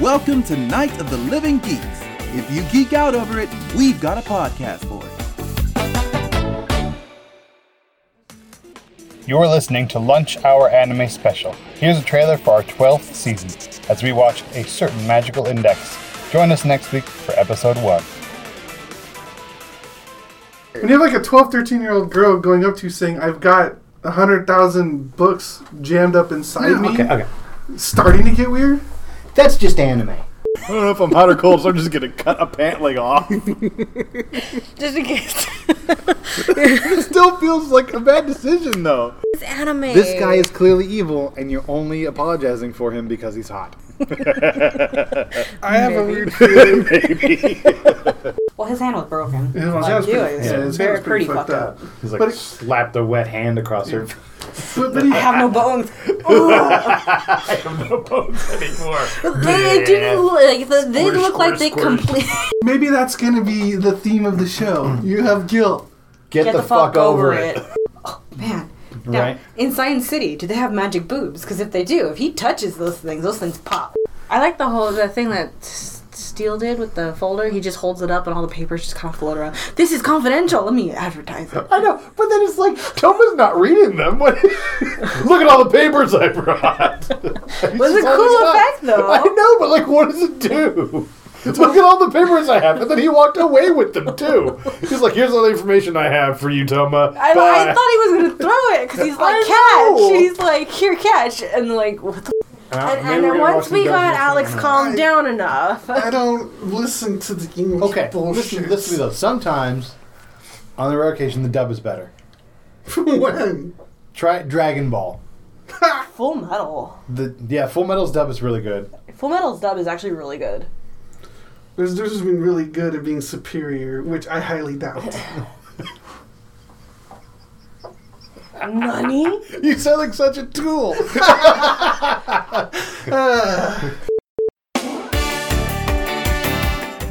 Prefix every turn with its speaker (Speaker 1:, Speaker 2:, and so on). Speaker 1: Welcome to Night of the Living Geeks. If you geek out over it, we've got a podcast for it.
Speaker 2: You're listening to Lunch Hour Anime Special. Here's a trailer for our 12th season as we watch A Certain Magical Index. Join us next week for episode 1.
Speaker 3: When you have like a 12, 13 year old girl going up to you saying, I've got 100,000 books jammed up inside me,
Speaker 4: Okay, okay.
Speaker 3: starting to get weird.
Speaker 4: That's just anime.
Speaker 5: I don't know if I'm hot or cold, so I'm just gonna cut a pant leg off.
Speaker 6: Just in case.
Speaker 5: it still feels like a bad decision, though.
Speaker 6: it's anime.
Speaker 5: This guy is clearly evil, and you're only apologizing for him because he's hot.
Speaker 3: I have a weird feeling.
Speaker 5: Maybe.
Speaker 7: Well, his hand was broken.
Speaker 3: His
Speaker 7: Like,
Speaker 3: hand's
Speaker 7: dude,
Speaker 3: pretty-
Speaker 7: it's
Speaker 3: yeah, his
Speaker 7: very
Speaker 3: hand's pretty
Speaker 7: pretty fucked up.
Speaker 4: He's like
Speaker 3: But it-
Speaker 4: slapped a wet hand across her.
Speaker 3: but, but he,
Speaker 7: I have no bones.
Speaker 4: I have no bones anymore.
Speaker 6: They do like the, they
Speaker 4: Squish,
Speaker 6: look like they
Speaker 4: squish, squish.
Speaker 6: complete.
Speaker 3: maybe that's going to be the theme of the show. You have guilt.
Speaker 4: Get, the, fuck, over it.
Speaker 7: Oh, Man. Now,
Speaker 4: Right?
Speaker 7: in Science City, do they have magic boobs? Because if they do, if he touches those things, those things pop. I like the whole the thing that S- Steele did with the folder. He just holds it up and all the papers just kind of float around. This is confidential. Let me advertise it.
Speaker 4: I know, but then it's like Toma's not reading them. What? Look at all the papers I brought.
Speaker 7: was a cool effect, though.
Speaker 4: I know, but like, what does it do? Look at all the papers I have, and then he walked away with them too. He's like, "Here's all the information I have for you, Toma."
Speaker 7: I,
Speaker 4: Bye."
Speaker 7: I thought he was gonna throw it because he's like
Speaker 4: I know.
Speaker 7: catch. He's like here catch and like what the.
Speaker 4: Uh,
Speaker 6: And,
Speaker 4: maybe
Speaker 6: and
Speaker 4: we're gonna
Speaker 6: then once
Speaker 4: watch the
Speaker 6: we got
Speaker 4: documentary.
Speaker 6: Alex calmed down enough,
Speaker 3: I don't listen to the English
Speaker 4: Okay,
Speaker 3: bullshit.
Speaker 4: listen, listen to me though. Sometimes, on the rare occasion, the dub is better.
Speaker 3: From when?
Speaker 4: Try Dragon Ball.
Speaker 7: Full Metal.
Speaker 4: The yeah, Full Metal's dub is really good.
Speaker 7: Full Metal's dub is actually really good.
Speaker 3: There's, there's just been really good at being superior, which I highly doubt.
Speaker 7: Money.
Speaker 4: You sound like such a tool.